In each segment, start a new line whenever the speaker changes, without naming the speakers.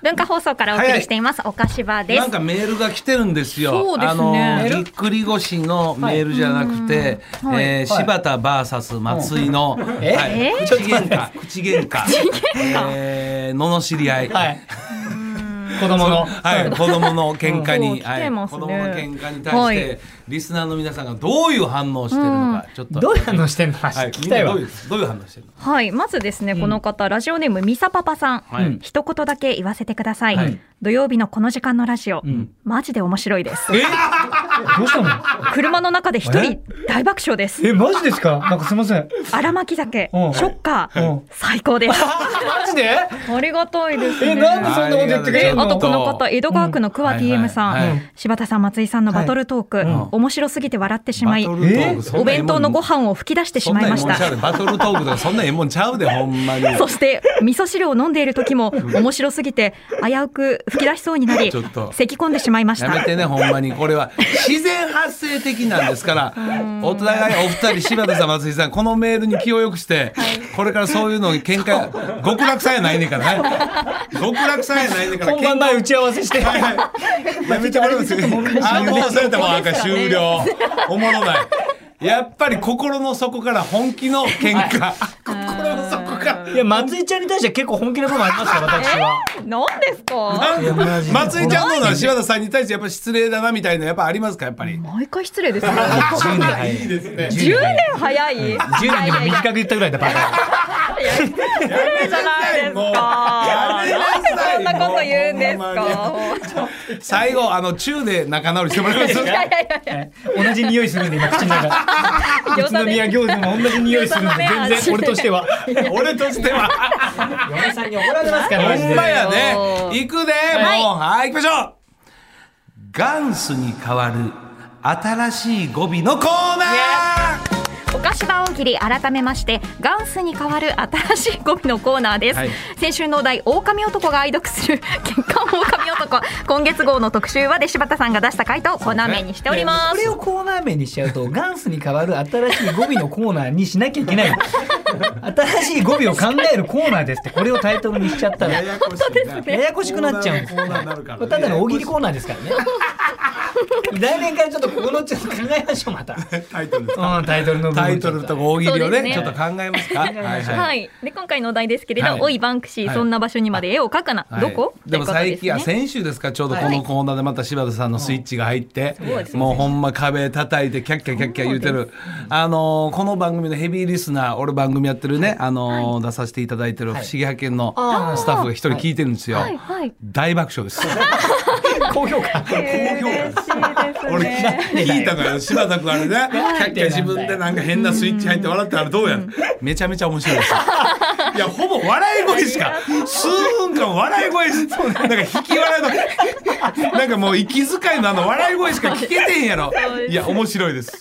文化放送からお送りしています、おかしばです
なんかメールが来てるんですよ。
そうですね
あ
メー
の
ル
ぎっくり腰のメールじゃなくて、
はい
えー柴田バーサス松井の、
え
はい
え
口喧嘩口喧嘩えー罵り合い。
はい。子供の。
はい、子供の喧嘩に、
そう
は
来て
い、
ま
子
すね
供の喧嘩に対
はい
して、リスナーの皆さんがどういう反応をしてるのか、ちょっと。
どういう反応してんの話
はい、
聞きたいわ
みん。などういう、どういう反応してるの。
はいまずですねこの方、ラジオネームみさパパさん、
はい
一言だけ言わせてください、
はい
土曜日のこの時間のラジオ、
ん
マジで面白いです
どうしたの
車の中で一人大爆笑です
え、マジですかなんかすいません。
荒巻酒シ
う
ョ
ん
ッカー、
うん
最高 です
マジで
ありがたいですね
え、なんでそんなこと言ってくれる
あ
の
とこの方江戸川区の桑
うん
TM さん、
はいはいはい
柴田さん松井さんのバトルトーク、
ん
面白すぎて笑ってしまい
バトルトークそんな
え
お弁当のご
飯
飯を吹き出してしまいました
そんなええもんちゃうでバトルトークとか、そんなええもんちゃうで、ほんまに。
そして味噌汁を飲んでいる時 も面白すぎて危うく吹き出しそうになり
ちょっと
咳き込んでしまいまし
やめ
た
てね、ほんまに。これは自然発生的なんです から、お互いお二人、柴田さん、松井さん、このメールに気を良くして、これからそういうのに喧嘩、極楽さえないねんからね。極楽さえないねんから、
本番前打ち合わせして。
やめてもらいますよ。あ、もうそれともうあかん終了。おもろない。やっぱり心の底から本気の喧嘩。心の底から。
いや、松井ちゃんに対しては結構本気な部分ありますから、私は。
何ですか
松井ちゃんの方は柴田さんに対してやっぱり失礼だなみたいなやっぱありますかやっぱり。
毎回失礼です ね
10年早い。
10年早い
10
10
年でも短く言ったぐらいだ、バカ。
失礼じゃないです
もう
か
や
なんで
めなさ
そ
い
んなこと言うんです
もう
か
最後あの中で仲直りしてもらいます。
い やいやいや
同じ匂いするんで、今、口の中。
餃
宇
子
都宮
で
餃子も同じ匂いするんで、全然俺としては。
俺としては
嫁さんに怒られますから、マジ
ほんま
で。
やね。行くでもうはい行きましょう。元祖に代わる新しい語尾のコーナー。
お菓子場大喜利改めましてガンスに代わる新しいゴミのコーナーです、
はい
先週のお題狼男が愛読する 月刊狼男今月号の特集はで柴田さんが出した回答をコーナー名にしておりま
こ
す
れをコーナー名にしちゃうとガンスに代わる新しい語尾のコーナーにしなきゃいけ ないの新しい語尾を考えるコーナーですってこれをタイトルにしちゃったらや
やこしいな
やこしくなっちゃうんです
コーナーになるからね
ただの大喜利コーナーです からね来年からちょっとここのちょっと考えましょうまた
タイトルです
うんタイトルの部分
タイトルとか大喜利
そ
を
うです
ね
ね
ちょっと考えます か。はい。
はいい、で今回のお題ですけれど、
はい
おいバンクシー、
はい
そんな場所にまで絵を描くな、
はい
どこ
でも最
というこ
近は
とですね
先週ですかちょうどこのコーナーでまた柴田さんのスイッチが入って、
そうですね
もうほんま壁叩いてキャッキャキャッキャ言うてるあのーこの番組のヘビーリスナー俺番組やってるねあのー出させていただいてる「不思議発見」の
あー
スタッフが一人聞いてるんですよ、
はいはい
大爆笑です
高評価
俺聞いたのよ柴田君あ れねキャッキャ自分でなんか変なスイッチ入って笑ったらどうやめちゃめちゃ面白い ですいやほぼ笑い声しか数分間笑い声しなんか引き笑いのなんかもう息遣いのあの笑い声しか聞けてへんやろいや面白いです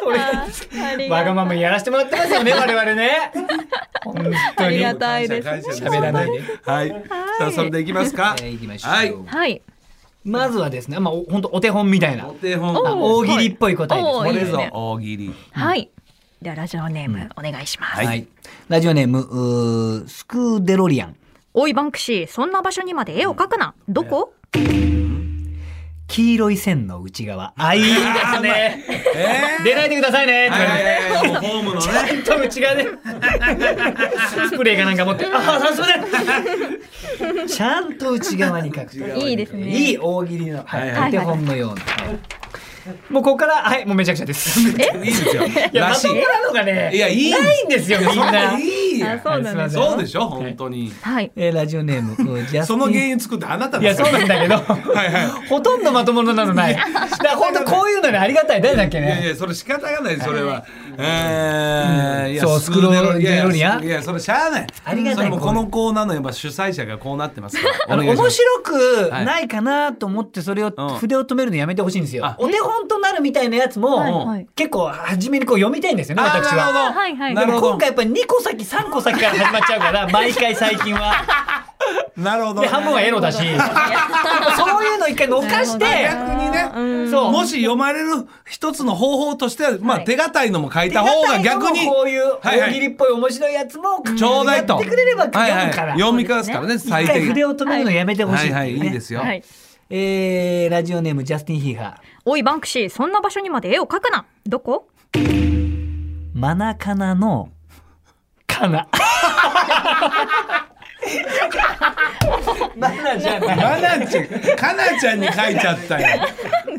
それ
あり
わ
が
がままやらせてもらってます よね我々ね本当
あり
に
がたいですね
感謝感謝
喋らないで
はいさあそれでいきますか
えー行きましょう
はい
はい
まずはですねまあお本当お手本みたいな
お手本
おー
大喜利っぽい答えです
お
こ
ーいいで
れ
す
ぞ
ね
大喜利
はいではラジオネームお願いします、
はい、ラジオネームうースクーデロリアン
おいバンクシーそんな場所にまで絵を描くなどこ
黄色い線の内側あいいですね
え
出ないでくださいね、
はいはいはいはいもうホームのね
ちょっと内側でスプレーかなんか持ってああさすがだちゃんと内側に書く
いいですね
いい大喜利の、はい
はいはい
お手本のような、はいもうここからはいもうめちゃくちゃです
いいですよ
いや
ら
ま
し
と
い
もなのがね
いやいい
ないんですよみんな
それいい
あそうなんです
はいすいません
そうでしょ本当に。
はい
えーラジオネーム うんジャスティン
その原因作ってあなた
いや
です
そうなんだけど
はいは
ほとんどまともな のない。だから本当こういうのにありがたい。誰だっ
い。
け
いやい
ね。
やそれ仕方がないそれは。えーいや
そうスクロールデロリアン
いやいやそれしゃあない。
ありが
そ
た
れ
い
もこのコーナーのやっぱ主催者がこうなってますから。
あの
お願いし
面
ます。
白くないかなと思ってそれを
うん
筆を止めるのやめてほしいんですよ
あ。
お手本となるみたいなやつ
はい
も
はい
結構初めにこう読みたいんですよね
あ
私は。
はいはい
なるほど。なるほど
今回やっぱり2個先3個先から始まっちゃうから毎回最近は。
なるほど
で、半分はエロだし、そういうの一回残して、
逆にね
そう。
もし読まれる一つの方法としては、まあ、
はい
手堅いのも書いた方が逆に
手堅いのもこういう
はいはい
大喜利っぽい面白いやつも
ちょうだいと。
やってくれれば読むから。
はいはい読み返すからね、
一
最
回
低
筆
限。
を止めるのやめてほし
はいいはい、い
ってい
うい
ね
で。すよ。
はい。
えーラジオネームジャスティン・ヒーハ
おいバンクシー、そんな場所にまで絵を描くな。どこ？
ー。マナカナのカナ。マナじゃない。
マナちゃん、かなちゃんに書いちゃったよ。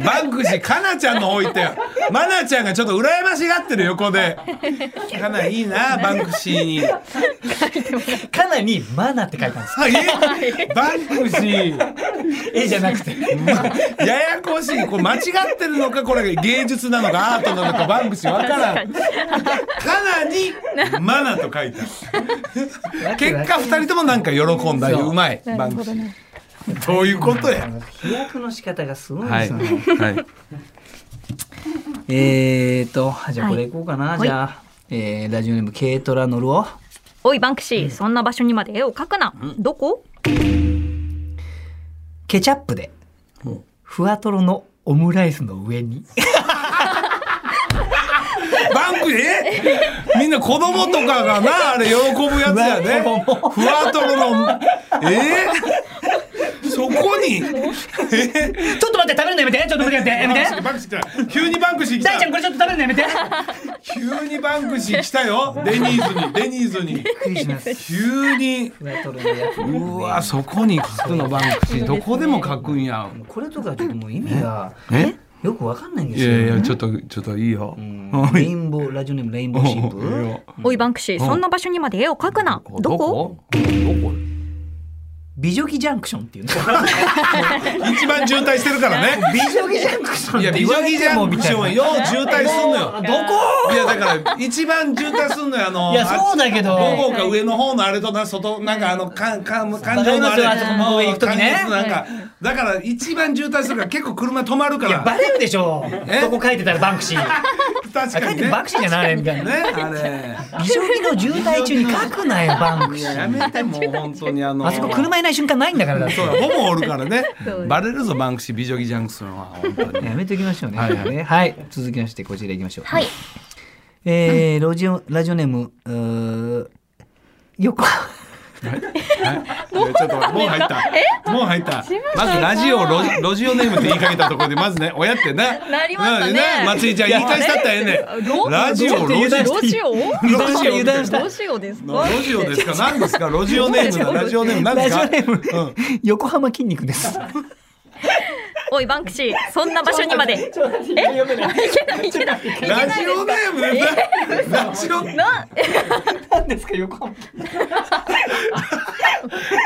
バンクシー、かなちゃんの方行ったよ。マナちゃんがちょっと羨ましがってる横で。かないいな、バンクシーに。あ
カナにマナって書いたんです。
えバンクシー。
絵じゃなくて。
ややこしい。これ間違ってるのか、これ芸術なのか、アートなのか、バンクシーわからん。かなに、マナと書いた。結果、二人ともなんか喜んだよ。うまい。バンクシー。どういうことや。
飛躍の仕方がすごいで
はい。
すね。
はい。
えーと、じゃあこ
は
れ
い
いこうかな。
はい
じゃあ、えーラジオネーム軽トラ乗るを。
おいバンクシー、そんな場所にまで絵を描くな。どこ？
ケチャップで、ふわとろのオムライスの上 に。
バンクえみんな子供とか がなあれ喜ぶやつやねふわとろのえそこに
ちょっと待って、食べるのやめて、ちょっと待って、やめて、やめて。
バンクシー来た急にバンクシー来
大ちゃん、これ
た
ちょっと食べるのやめて。
急にバンクシー来たよデニーズにデニーズに
びっくりします。
急に
ふわとろのやつ。
うわそこに書くのバンクシーどこでも書くんや
これとかちょっともう意味が
え
よくわかんないんで
い
すよ。
やいやちょっとちょっといいよ
うん
お
レ
い
インボー、ラジオネームレインボーシップ。
おいバンクシー、そんな場所にまで絵を描くな。どこ？
美女木ジャンクション っていうの。
一番渋滞してるからね
美女木ジャンクション
いや、
って
美女
言われ
木ジ
て
ャ
も
ン
み
ク
た
シ
い
ョ
な。
ンよ、渋滞すんのよ。
どこ
いや、だから、一番渋滞すんのよ、あの、
いやそうだけど
どこか上の方のあれとな、外、なんかあの、かん、かん、感情のあれ、
わかりますよあそこの上行く時ね
感情のなんか、だから、一番渋滞するから、結構車止まるか
いや、
ら、
バレるでしょ。どこ書いてたらバンクシ ー。
確
書
か
いて
に
る
ね。ね、
バンクシーじゃないみたいな。
あれ。
美女木の渋滞中に書くなよ、バンクシー。
やめて、もう本当にあの、
あそこ車いない瞬間ないんだからだって
そうだ、ほぼおるからね
そう。
バレるぞ、バンクシー、美女木ジャンクスのは、本当に。
やめておきましょうね。
は
はいい、
は
はいい続きまして、こちらいきましょう。
はい。
えー、ラジオ、ラジオネーム、うー横。
はいいやちょっと待ってもう入った。もう入った。まずラジオロジロジオネームって言いかけたところでまずね親ってな。
なりましたね
うん松井ちゃん言い返したったらええねん。ラジオロジ
油断
ロ
どうしよう？
ジオ
油断し
どうしようですか？
ロジオですか何ですかロジオネームだラジオネーム何で
ラ
す
ジ
か
オ。ネーム、
うん
横浜筋肉です。
おいバンクシー、そんな場所にまで。
ラジオネームでなラジオ
な、
何ですか、横浜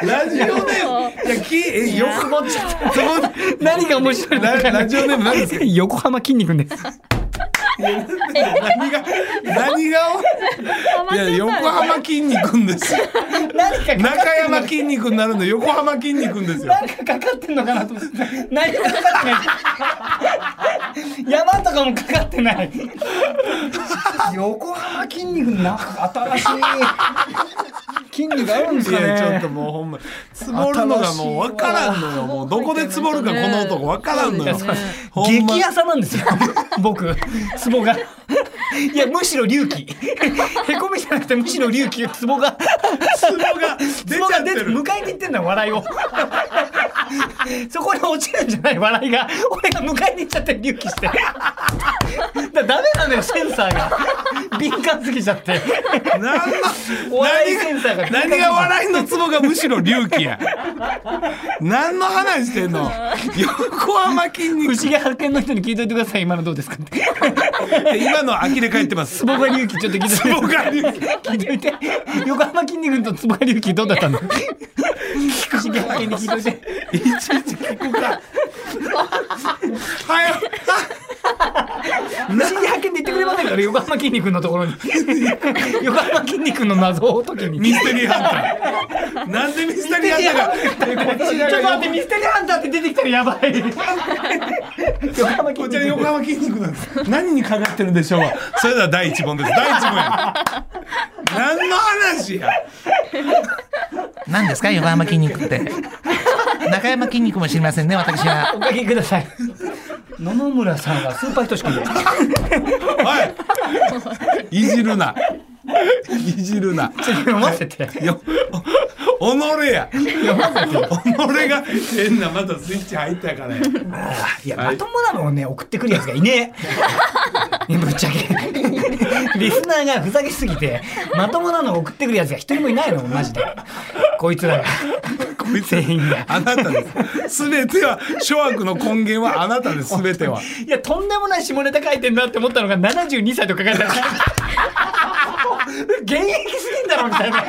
ラジオネームいやきえよくもちょっと
何が面白いの
ララジオネーム何ですか。
横浜筋肉です。
何が何がいや横浜筋肉んです。
何か
中山筋肉になるの横浜筋肉んですよ。
かかってんのかなと思って。何もかかってない。山とかもかかってない。横浜筋肉なんか新しい筋肉あるんで
い
すかね。
やちょっともうほんま積もるのがもう分からんのよもうどこで積もるかこの男分からんのよ
そうですね
ほんま
激朝なんですよ僕ツボがいやむしろ隆起へこみじゃなくてむしろ隆起ツボが
ツボが出
ツ
ち
ボ
ゃ
が
って
出て
る
迎えに行ってんだよ笑いを そこに落ちるんじゃない笑いが俺が迎えに行っちゃって隆起してだダメなのよセンサーが敏感すぎちゃって
何の
お笑いセンサーが
何が何が笑いのツボがむしろ隆起や何の話してんの横浜筋肉
不
っ
思議発見の人に聞いといてください今のどうですかって
て今の呆れ返ってます
ツボが隆起ちょっと聞い
ツ
とい
ボ
て
が隆起
聞いといて横浜筋肉とツボが隆起どうだったの不思議発見で聞いといて
いちいち聞くか早っ
不思議発見で言ってくれませんから横浜筋肉のところに横浜筋肉の謎を解きに
ミステリーハンターなんでミステリーハンターがこち
ち
ら
ょっと
が
待ってミステリーハンターって出てきたらやばい横浜筋
こちら
肉
横浜筋肉なんです。何にかかってるんでしょう。それでは第一問です。第一問や。何の話や。
何ですか横浜筋肉って中山筋肉も知りませんね私は
おかけください。野々村さんがスーパーひとしくんです。
いいじるな。いじるな。
読ませて。
よ、お、おのれや。おのれが変なまたスイッチ入ったからや。
いや、
はい
まともなのをね、送ってくるやつがいねえ。ぶっちゃけ。リスナーがふざけすぎて、まともなのを送ってくるやつが一人もいないの、マジで。こいつらが。
こいつ
全員が
あなたです。すべては諸悪の根源はあなたです。すべては。
いや、とんでもない下ネタ書いてんなって思ったのが72歳とか書いてある。 現役すぎんだろみたいな。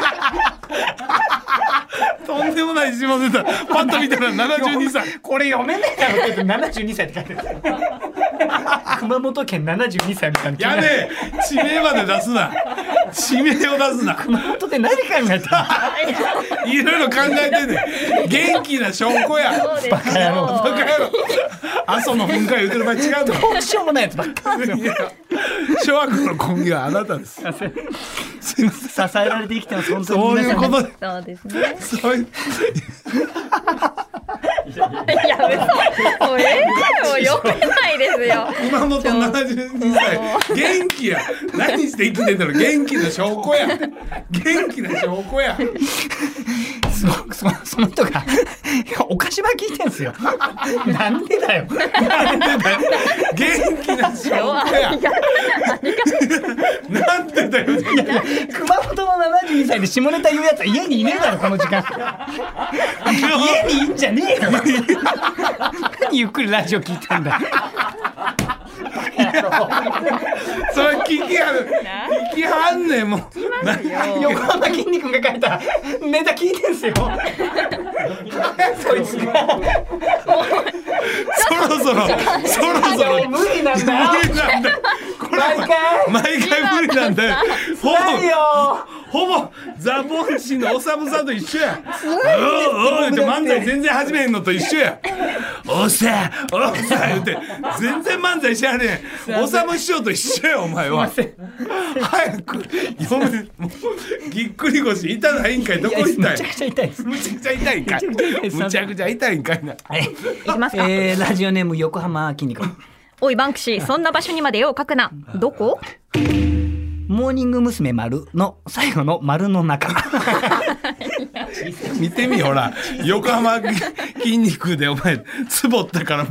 とんでもない下ネタ。パッと見たら72歳。
これ読めねえだろって言って72歳って書いてある。熊本県72歳みたいな。
やべえ地名まで出すな。地名を出すな。
熊本で何考えた
いろいろ考えてんねん元気な証拠や。
バカ野
バカ野郎。阿蘇の噴火言うてる場合違うの。
どうしようもないやつばっかり
いや諸悪の根源はあなたです。すいません。
支えられて生きてます本当に
そういうことで、
そうですね。
そういう、
いや、嘘。もう、ええもう読めないですよ。
熊本72歳、元気や。何して生きてんだろう、元気な証拠や。元気な証拠や。
すごくそその人がいやお菓子ば聞いてんすよなんでだよ
元気な証拠や。なんでだよ。
熊本の72歳で下ネタ言うやつは家にいねえだろこの時間家にいんじゃねえよ何ゆっくりラジオ聞いてんだ
それ聞きはる。聞きはんねん、もう。
横浜筋肉が書いたネタ聞いてんすよそいつが
そろそろ、そろそろ。
無理なんだよ
無理なんだよ。これ
毎回
毎回無理なんだよ。ほ
ないよ
ぼ、ほぼ、ザ・ボンシーのおさむさんと一緒や。おうおう言うて漫才全然始めへんのと一緒や。おさ、おさ言うて、全然漫才しはれへん。おさむ師匠と一緒や、お前は。早く、読め、もう、ぎっくり腰、痛ないんかい、どこ行ったん
め
や
ちゃくちゃ痛いです
むちゃくちゃ痛いんかい。むちゃくちゃ痛いんかいな。
いきますか。
えー、ラジオネーム横浜筋肉
おい、バンクシー、そんな場所にまで絵を描くな。どこ
モーニング娘。丸の最後の丸の中
見てみほら横浜筋肉でお前つぼったからも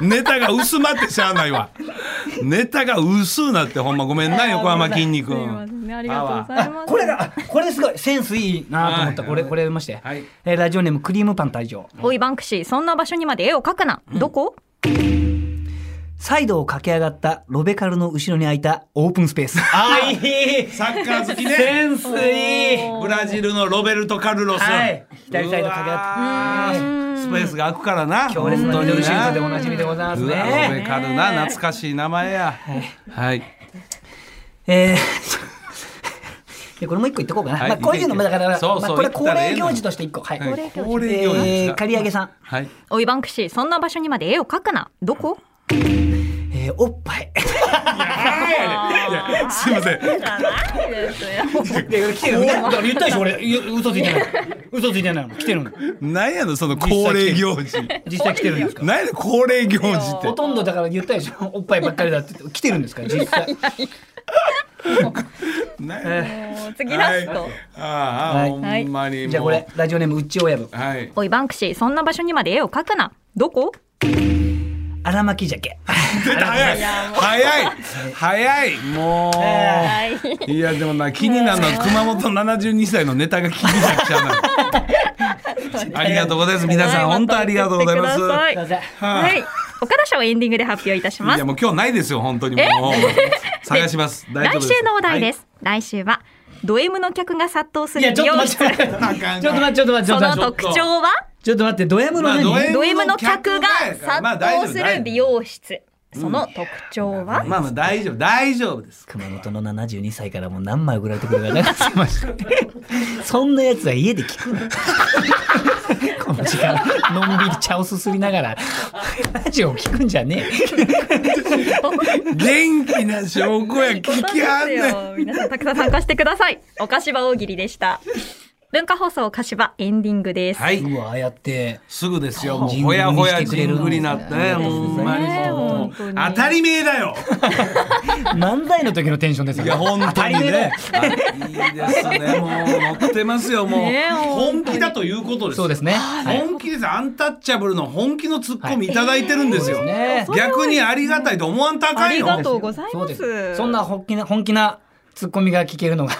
うネタが薄まってしゃあないわネタが薄うなってほんまごめんな横浜筋肉
すいませんね。ありがとうございます。
これがあこれすごいセンスいいなと思った、
はい
これこれ読みまして、
はい
えーラジオネームクリームパン退場
おい、バンクシー、そんな場所にまで絵を描くな。どこ
サイドを駆け上がったロベカルの後ろに開いたオープンスペース
あ
いい
サッカー好き
セ
ね
ンスいい
ブラジルのロベルト・カルロス、
はい左サイドかけ合って
うわースペースが空くからな
強烈なミドルシュートでお
本
なじみでございま
当
す
になうわロベ
ね
カルな懐かしい名前やはい、
えー でこれもう一個言っとこうかな、
はい
まあ、こういうのもだから
そうそう
まあ、こ
言
れ
っ
恒
たらえ
例
えの
行事として一個はい、
はい、恒例行事です
えー、
か
刈り上げさん
はい
おい、バンクシー、そんな場所にまで絵を描くな。どこ
えー、おっ ぱい。
いやすいません
ないですよ。
で、来てるね。だから言ったでしょ、 俺、い嘘ついてない。嘘ついてないの。来てるの。
何やのその恒例行事
実際来てるんですか。
何やの恒例行事って
ほとんどだから言ったでしょ、おっぱいばっかりだって、来てるんですか、 実際。
ね
もう次ラス
は
ト
い。、ああ、
はい
ほんまにもう
じゃあ、これ、ラジオネームうっち親分。
はい
おい、バンクシー、そんな場所にまで絵を描くな。どこ
荒巻鮭。
出た早い早い早いもう、
はい。
いやでもな気になるのは熊本72歳のネタが気になっちゃうなありがとうございます皆さん本当ありがとうございます
は
すいま
い
せん。
はい。岡田賞はエンディングで発表いたしま
い
す
や。もう今日ないですよ本当にもう探します大丈
来
夫です、
週のお題ですす。来週は、ド M の客が殺到す
いや、
る
ちょ
美
っと
容
待っ
室。
て。ちょっと
はい、あかん
待って、ちょっと待って、ちょ
そ
っ
の
と待って。
特徴は、
ちょっと待って、ド M の
まあ
何。
ド M
ド M の客が殺到する美容室。その特徴は、
まあまあ大丈夫大丈夫です
熊本の72歳からもう何枚送られてくるか流せました そんなやつは家で聞くの この時間のんびり茶をすすりながらラジオを聞くんじゃね
元気な証拠や聞きはんねん
皆さんたくさん参加してください。お菓子場大喜利でした。文化放送柏エンディングです。
はいう
わああやって
すぐですよもう
ジン
ほ
グル
や
に
ほや
してく
ジ
れる
ン
の
グルになってね
ありがと
ほ
うご
ん
ざい
ま
ます
に
ねえ
もう
本当に
当たり前だよ
漫才の時のテンションですよ
いや本当にねいいですねもう乗ってますよもう
ねえ
本気だということです
そうですね。はい
本気ですアンタッチャブルの本気のツッコミいただいてるんですよ、
そうですね
逆にありがたいと思わん
あ
高い
り
の
がとうござい
そう
ま。
ですす。そんな本気な本気なツッコミが聞けるのが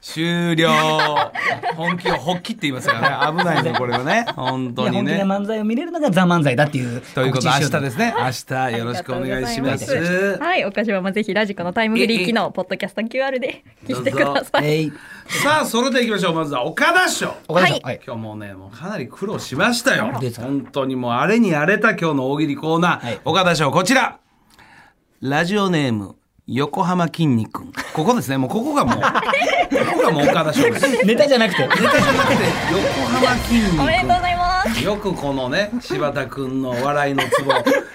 終了本気を発起って言いますからね危ないねこれはね 本当
本気
にね
な漫才を見れるのがザ漫才だっていう
ということで
告知
明
しよ
日ですね明日よろしくお願いします
ありがとうございますはい、岡島もぜひラジコのタイムフリー機能、ポッドキャスト QR で 聞いてください。
えい
さあそれでいきましょうまずは岡田賞
岡田さん
は
はいい。
今日もうねもうかなり苦労しましたよ
ですか
本当にもうあれにあれた今日の大喜利コーナー、
はい
岡田賞こちらラジオネーム横浜筋肉ここですねもうここがもうここがもう岡田賞です
ネタじゃなくて。
ネタじゃなくて横浜筋肉
おめでとうございます。
よくこのね柴田君の笑いのツボ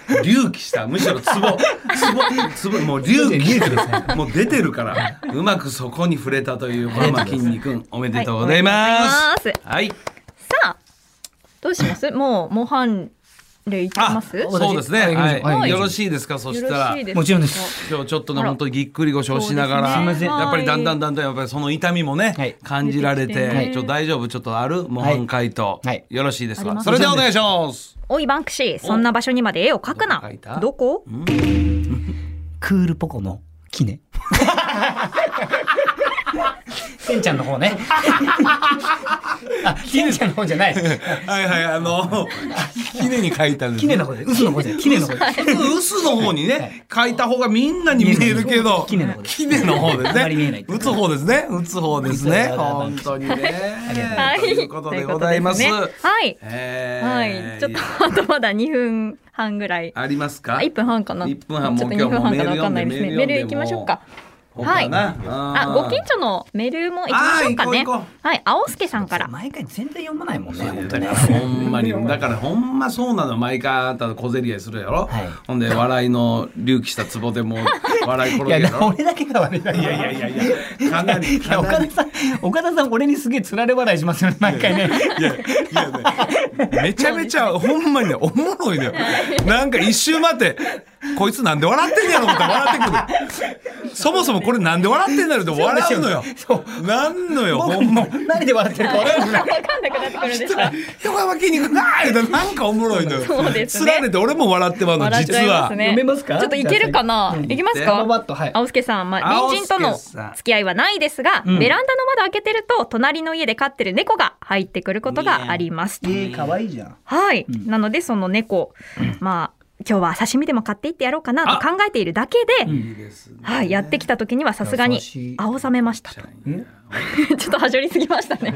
隆起したむしろツボツボツボもう隆起してるもう出てるからうまくそこに触れたというこの筋肉君おめでとうございますはい
さあ、どうしますもう模範例いき
あ
ますよ
そうですね
はい
はい、
はい
よろしいですかそした
ろ
ら
しいですか
もちろんです。
今日ちょっとね
あら
本当にぎっくり腰をしながら、
そうですね
やっぱりだんだ
はい
んだんだんやっぱりその痛みもね、
はい
感じられて
出てきてね
ちょっと大丈夫ちょっとある模範解答、
はい
よろしいです
あり
か
ます
それではお願いします
おいバンクシー、そんな場所にまで絵を描く
どこ描い
な
た。
どこ
クールポコのキネ。せんちゃんの方ね。あ、せんちゃんの方じゃない。
はいはいあのひねに書いたんです
キネの方で、嘘の方じゃない。キネの方で。
うすの方にね、書いた方がみんなに見えるけど、
キネの方です
キネの方です
あんまり見えない
ね。打つ方ですね。打つ方ですね。
打つ方
本当にね。
は
ということでございます
と。うことですねはい。は
え
い。ちょ
ー
っと、あとまだ2分半ぐらい。
ありますか
あ、1分半かな。
一分半
ち
も
ょっ
う
と
今
2
日
分
も
半
メ
か
ール
なわ
読
か
ん
んな
で
いですね。メール行きましょうか。
もう。他な
あ、ご近所のメールも行きましょうか
あー
ね
行こう行こ。
はい、青助さんから。
毎回全然読まないもんね。本
だ
当ね
からほんまにだからほんまそうなの毎回あんた小競り合いするやろ、
はい
ほんで笑いの隆起したツボでもう笑い転
い
げ
や
るやろ
俺だけが悪いだろ。い
いやいやいやいやかなり
いや
かな
岡
り
田さん、岡田さん、俺にすげえつられ笑いしますよね、毎回ね。
いや、いやね、めちゃめちゃ、ほんまにね、おもろいのよ。なんか一周待って、こいつなんで笑ってんねやろ思ったら笑ってくる。そもそもこれなんで笑ってんだろうって笑うのよ。
そう
なんのよ、ほ
僕
んま
も。何で笑ってるか分からない。
わかんなくなってくるで しょ。
横浜筋肉なー言うたらなんかおもろいのよ。
そうですね
つられて俺も笑ってまうの、
笑っち
実
ゃいま
は
す。ね。
実は読めますか
ちょっといけるかな。
じゃあ
いきます
じゃあ
パ
か
パ。ッとはい
青助さん、まあ、
青
隣人
助さ
と
ん
の付き合いはないですが、ベランダの窓開けてると、隣の家で飼ってる猫が入ってくることがあります。
えー、可愛いじゃん。
はい、なのでその猫、まあ今日は刺身でも買っていってやろうかなと考えているだけで、
いいですね
はい、やってきた時にはさすがに
優しい
青ざめましたと ちょっとはしょりすぎました ね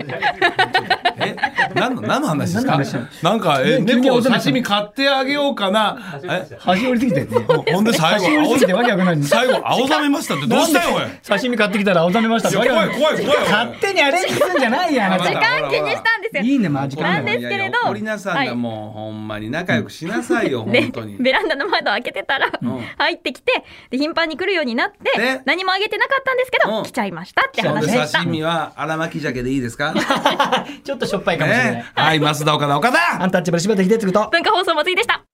え、何の、何の話ですかなんか、え、
急に
猫を刺身買ってあげようかな。え、
端折りすぎてね。
ほんで最
端折り
後
すぎて、わけわかんないんです。
最後、青ざめましたってどうしたよ、おい。
刺身買ってきたら青ざめましたって
怖
わ
い
けわかん
怖
な
い怖いおい
勝手にアレンジすんじゃないやんあな
時
た。
間気にしたんですよ
いいね、マジ
な
か
ん。ですけれど
いやいや怒りなさん
は
が
い
もう、ほんまに仲良くしなさいよ、本
で
当に。
ベランダの窓開けてたら
ん
入ってきてで頻繁に来るようになって、
ね
何もあげてなかったんですけど、
うん
来ちゃいましたって
ほん
話
で
でした
刺身は荒巻き鮭でいいですか。
ちょっとしょっぱいかもしれない
ね。。はい、増田岡田岡田。
アンタッチャブル柴田秀嗣と。
文化放送松井でした